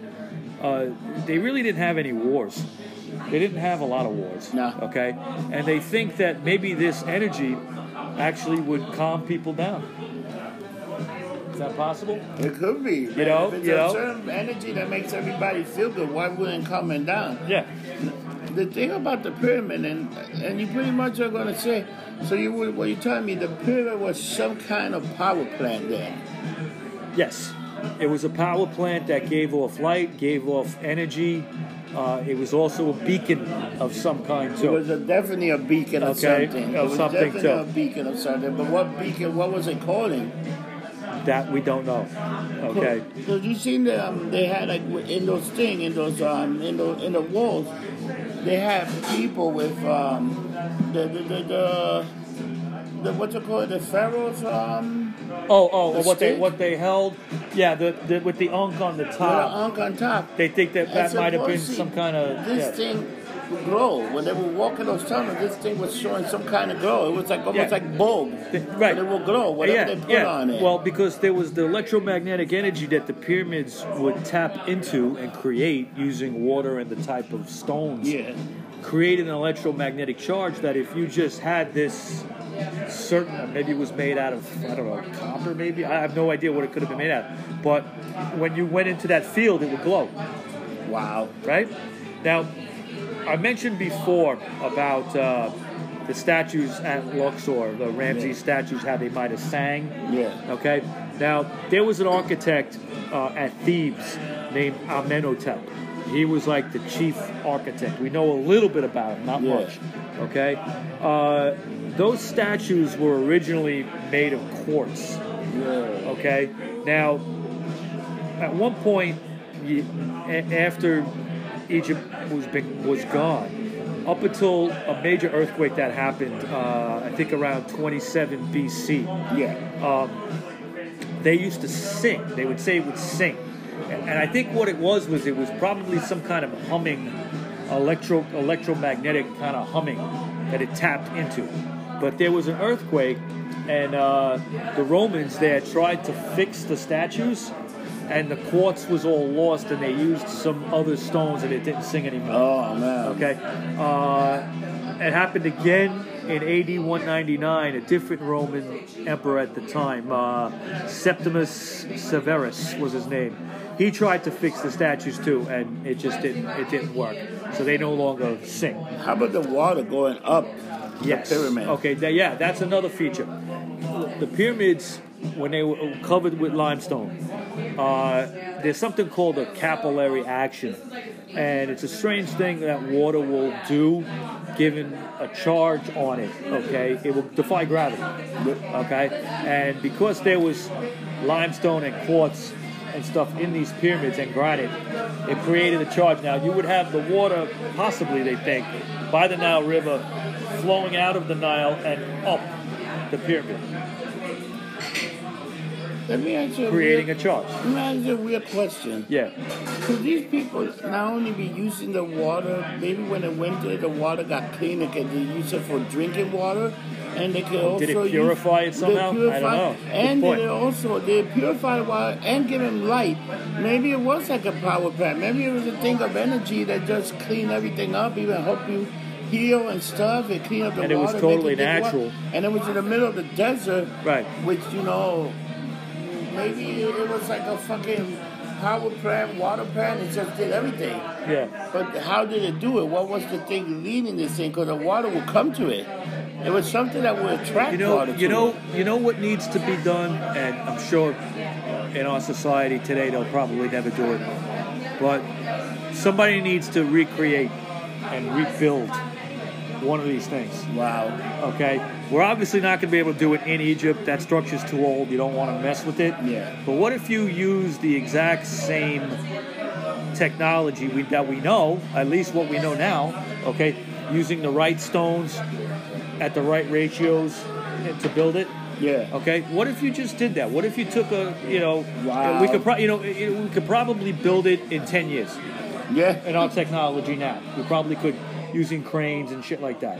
uh, they really didn't have any wars. They didn't have a lot of wars.
No.
Okay, and they think that maybe this energy actually would calm people down. Is that possible?
It could be. You
know,
if it's
you
a
know.
certain energy that makes everybody feel good, why wouldn't it coming down?
Yeah.
The thing about the pyramid, and and you pretty much are gonna say, so you were- what you telling me the pyramid was some kind of power plant there.
Yes, it was a power plant that gave off light, gave off energy. Uh, it was also a beacon of some kind
It
too.
was a, definitely a beacon of
Okay, of
something. it was
something,
definitely
too.
a beacon of something. But what beacon? What was it calling?
that we don't know. Okay.
So you seen the, um, they had like w- in those thing in those um in the in the walls, they had people with um the the the. the the, what's it called? The pharaohs, um,
Oh, oh,
The
what they
stake?
what they held? Yeah, the, the with the unk on the
with
top.
an ankh on top.
Ah. They think that that
As
might have been
supposed to-
some kind of.
This
yeah.
thing would glow when they were walking those tunnels. This thing was showing some kind of glow. It was like almost
Yeah.
like bulb.
The-
But it will glow whatever
Uh, yeah,
they put
yeah.
on it.
Well, because there was the electromagnetic energy that the pyramids would tap into and create using water and the type of stones.
yeah.
create an electromagnetic charge that if you just had this certain maybe it was made out of I don't know copper maybe I have no idea what it could have been made out of but when you went into that field it would glow
Wow.
right now I mentioned before about uh, the statues at Luxor the Ramses statues how they might have sang
Yeah.
okay now there was an architect uh, at Thebes named Amenhotep he was like the chief architect we know a little bit about him not
Yeah.
much okay uh, those statues were originally made of quartz
Yeah.
okay now at one point you, a- after egypt was, been, was gone up until a major earthquake that happened uh, i think around 27 bc
Yeah.
they used to sing. They would say it would sing. And and I think what it was was it was probably some kind of humming, electro electromagnetic kind of humming that it tapped into. But there was an earthquake, and uh, the Romans there tried to fix the statues, and the quartz was all lost, and they used some other stones, and it didn't sing anymore.
Oh man.
Okay. Uh, it happened again in AD 199, a different Roman emperor at the time, uh, Septimus Severus was his name. He tried to fix the statues too, and it just didn't. It didn't work. So they no longer sing.
How about the water going up?
Yes.
The pyramid.
Okay. th- yeah, that's another feature. The pyramids, when they were covered with limestone, uh, there's something called a capillary action, and it's a strange thing that water will do, given a charge on it. Okay, it will defy gravity. Okay, and because there was limestone and quartz and stuff in these pyramids and granite, it created a charge. Now you would have the water, possibly they think, by the Nile River, flowing out of the Nile and up the pyramid,
Let me ask you.
creating a
weird,
charge.
a. Let me ask you a weird question.
Yeah,
Could these people not only be using the water, maybe when it went there, the water got clean, they could use it for drinking water, and they could also
Did it
use-
purify it
they
somehow? I don't
purify-
know. Good
And
point.
they also they purify the water and give them light. Maybe it was like a power plant. Maybe it was a thing of energy that just clean everything up, even help you heal and stuff, and clean up the
And it
water.
was
make
totally
drink water.
natural.
And it was in the middle of the desert,
Right.
Which you know, maybe it was like a fucking power plant, water plant, it just did everything.
Yeah.
But how did it do it? What was the thing leading this thing? Because the water would come to it. It was something that would attract
You know,
water
you
to
know,
it.
you know what needs to be done, and I'm sure in our society today they'll probably never do it. But somebody needs to recreate and rebuild one of these things.
Wow.
Okay, we're obviously not going to be able to do it in Egypt. That structure's too old. You don't want to mess with it.
Yeah.
But what if you use the exact same technology we, that we know, at least what we know now? Okay, using the right stones at the right ratios to build it.
Yeah.
Okay, what if you just did that? What if you took a, you know,
Wow.
we could, pro- you know, it- it- we could probably build it in ten years
Yeah.
in our technology now. We probably could using cranes and shit like that.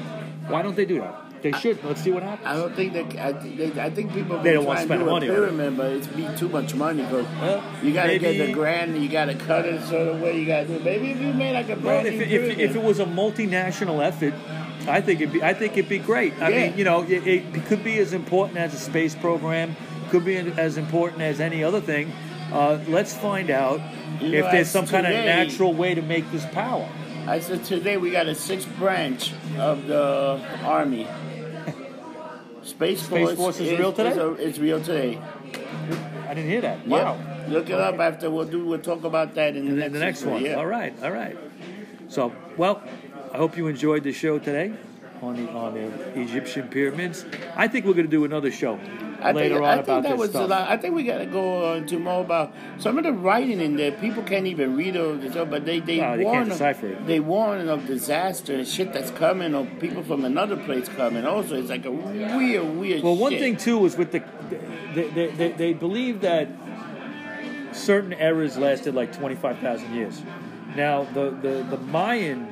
Why don't they do that? They should. Let's see what happens.
I don't think that I, thi- they, I think people
They
been
don't wanna
trying
spend
do a
money on it.
pyramid, but it's be too much money. Cause
Well,
you gotta get
maybe-
the grand, you gotta cut it sort of way. You gotta do. Maybe if you made like a
Well,
brand
if,
new
if, if it
pyramid.
was a multinational effort, I think it'd be I think it'd be great. I
Yeah.
mean, you know, it, it could be as important as a space program, could be as important as any other thing. Uh, let's find out
You
if
know,
there's
as
some kind of
today-
natural way to make this power.
I said today we got a sixth branch of the army. Space Force.
Force is real today?
Is a- it's real today.
I didn't hear that.
Yep.
Wow.
Look it up after we'll do. We'll talk about that in the
And
next
then the next
episode,
one.
Yeah.
All right, all right. So, well, I hope you enjoyed the show today on the on the Egyptian pyramids. I think we're going to do another show
I
later
think,
on
I think
about
that
this
was
stuff.
a lot. I think we gotta go on to more about some of the writing in there. People can't even read all the stuff, but they they
No, they can't
warn
decipher
of,
it.
they warn of disaster and shit that's coming, or people from another place coming. Also, it's like a weird, weird.
Well, one
shit.
thing too was with the they they, they, they believe that certain eras lasted like twenty five thousand years. Now the, the the Mayan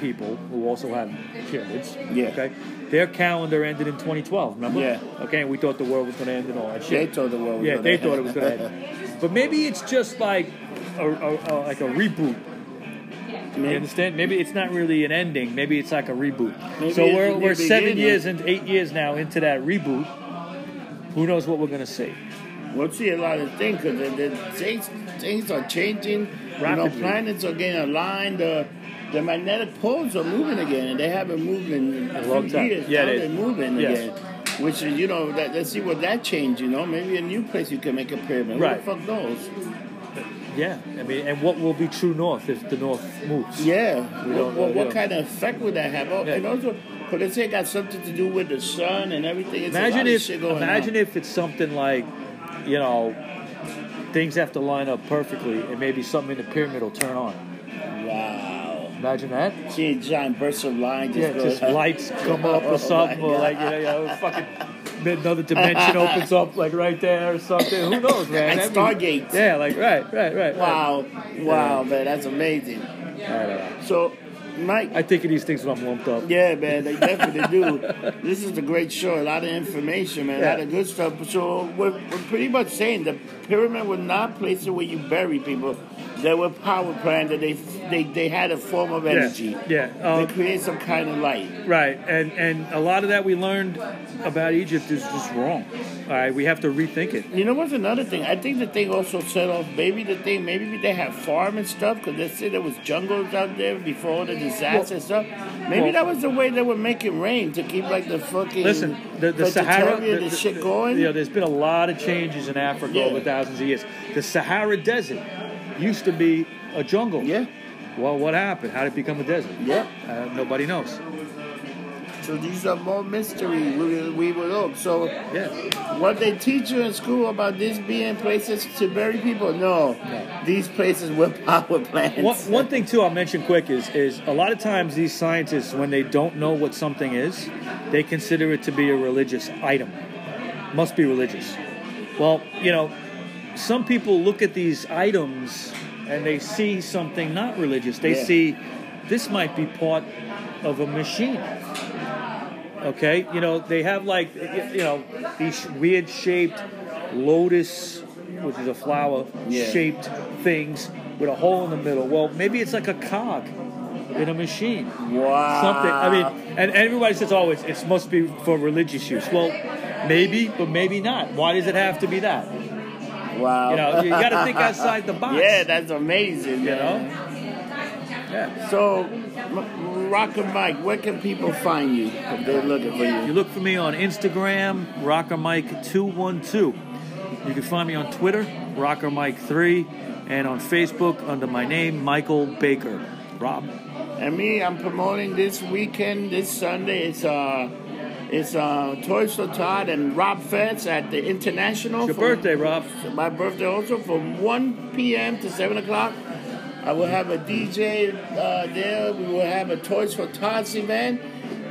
people who also have pyramids,
Yeah.
okay, their calendar ended in twenty twelve. Remember?
Yeah.
Okay, and we thought the world was going to end and all that shit.
they told the world. was
Yeah,
gonna
they thought it was
happen.
going to happen. But maybe it's just like a, a, a like a reboot. You
Maybe-
understand? Maybe it's not really an ending. Maybe it's like a reboot.
Maybe
so
it's a
we're
new
we're seven
beginning.
years and eight years now into that reboot. Who knows what we're going to see?
We'll see a lot of things because things things are changing. You
Rapidly.
know, planets are getting aligned. The the magnetic poles are moving again, and they haven't moved in
A
a,
long
few
time.
years.
Yeah,
now
they-
they're moving
yes.
again. Which is, you know, that, let's see what that change. You know, maybe a new place you can make a pyramid.
Right.
Who the fuck knows?
Yeah, I mean, and what will be true north if the north moves?
Yeah.
We
What,
don't
what,
know,
what
yeah.
kind of effect would that have? Oh,
Yeah.
And also, because they say it got something to do with the sun and everything. It's a
Imagine
lot of
if
shit going
imagine
on.
if it's something like, you know, things have to line up perfectly, and maybe something in the pyramid will turn on.
Wow.
Imagine that.
See a giant burst of light just
Yeah,
go [laughs]
just
out.
lights come up
Oh,
or something,
my
or
God.
like you know, you know fucking another
[laughs]
dimension opens up like right there or something. Who knows, man?
Like
That'd be-
Stargate.
Yeah, like right, right, right.
Wow, wow, man, that's amazing.
Right. I don't know.
So, Mike,
I think of these things when I'm lumped up.
yeah, man, they definitely do. This is a great show, a lot of information, man, a lot of good stuff. So, we're, we're pretty much saying the pyramid was not places where you bury people. They were power plants that they they they had a form of energy.
Yeah. um,
they create some kind of light.
Right, and and a lot of that we learned about Egypt is just wrong. All right, we have to rethink it.
You know what's another thing? I think the thing also set off. Maybe the thing, maybe they have farm and stuff because they said there was jungles out there before all the disaster and stuff. Maybe
well-
that was the way they were making rain to keep like the fucking
Listen, the, the Sahara,
vegetarian and shit going.
You know, there's been a lot of changes in Africa
Yeah.
over thousands of years. The Sahara Desert used to be a jungle.
yeah,
Well, what happened? How did it become a desert?
yeah.
Uh, nobody knows.
So these are more mystery. We we would hope. So
Yeah.
what they teach you in school about these being places to bury people? No,
No.
these places were [laughs] power plants.
One, one thing too, I'll mention quick is is a lot of times these scientists, when they don't know what something is, they consider it to be a religious item. Must be religious. Well, you know, some people look at these items and they see something not religious. They
Yeah.
see this might be part of a machine. Okay, you know they have like y- you know these weird shaped lotus, which is a flower
Yeah.
shaped things with a hole in the middle. Well, maybe it's like a cog in a machine.
Wow.
Something. I mean,
Ah.
and everybody says, "Oh, it's, it must be for religious use." Well, maybe, but maybe not. Why does it have to be that?
Wow.
You know, you got to think outside the box.
[laughs] yeah, that's amazing.
you know.
man.
Yeah.
So, M- Rock and Mike, where can people find you if they're looking for
You
you?
look for me on Instagram, RockerMike212. You can find me on Twitter, RockerMike3, and on Facebook under my name, Michael Baker. Rob.
And me, I'm promoting this weekend, this Sunday. It's uh, it's uh, Toys for Todd and Rob Fetz at the International.
It's your
for-
birthday, Rob.
My birthday also from 1 p.m. to 7 o'clock. I will have a DJ uh, there. We will have a Toys for Tots event.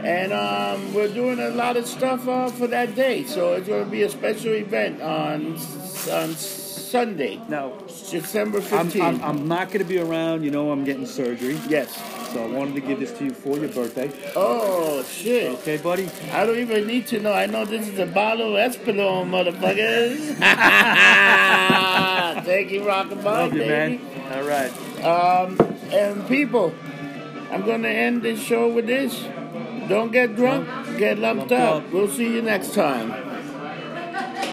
And um, we're doing a lot of stuff uh, for that day. So it's going to be a special event on, s- on Sunday,
Now,
December 15th.
I'm, I'm, I'm not going to be around. You know, I'm getting surgery.
yes.
So I wanted to give this to you for your birthday.
Oh, shit.
Okay, buddy?
I don't even need to know. I know this is a bottle of Espelon, motherfuckers. [laughs] Thank you, Rockabye.
Love you,
baby.
man. All right.
Um, and people, I'm gonna end this show with this. Don't get drunk, get
Lumped
lumped, up.
up.
We'll see you next time.